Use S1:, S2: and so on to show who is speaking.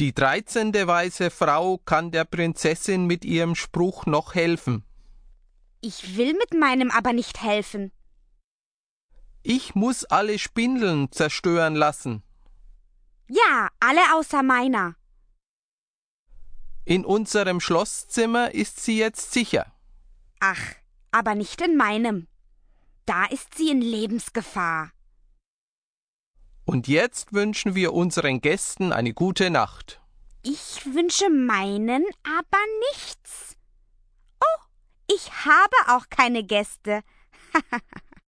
S1: Die dreizende weiße Frau kann der Prinzessin mit ihrem Spruch noch helfen.
S2: Ich will mit meinem aber nicht helfen.
S1: Ich muss alle Spindeln zerstören lassen.
S2: Ja, alle außer meiner.
S1: In unserem Schlosszimmer ist sie jetzt sicher.
S2: Ach, aber nicht in meinem. Da ist sie in Lebensgefahr.
S1: Und jetzt wünschen wir unseren Gästen eine gute Nacht.
S2: Ich wünsche meinen aber nichts. Oh, ich habe auch keine Gäste.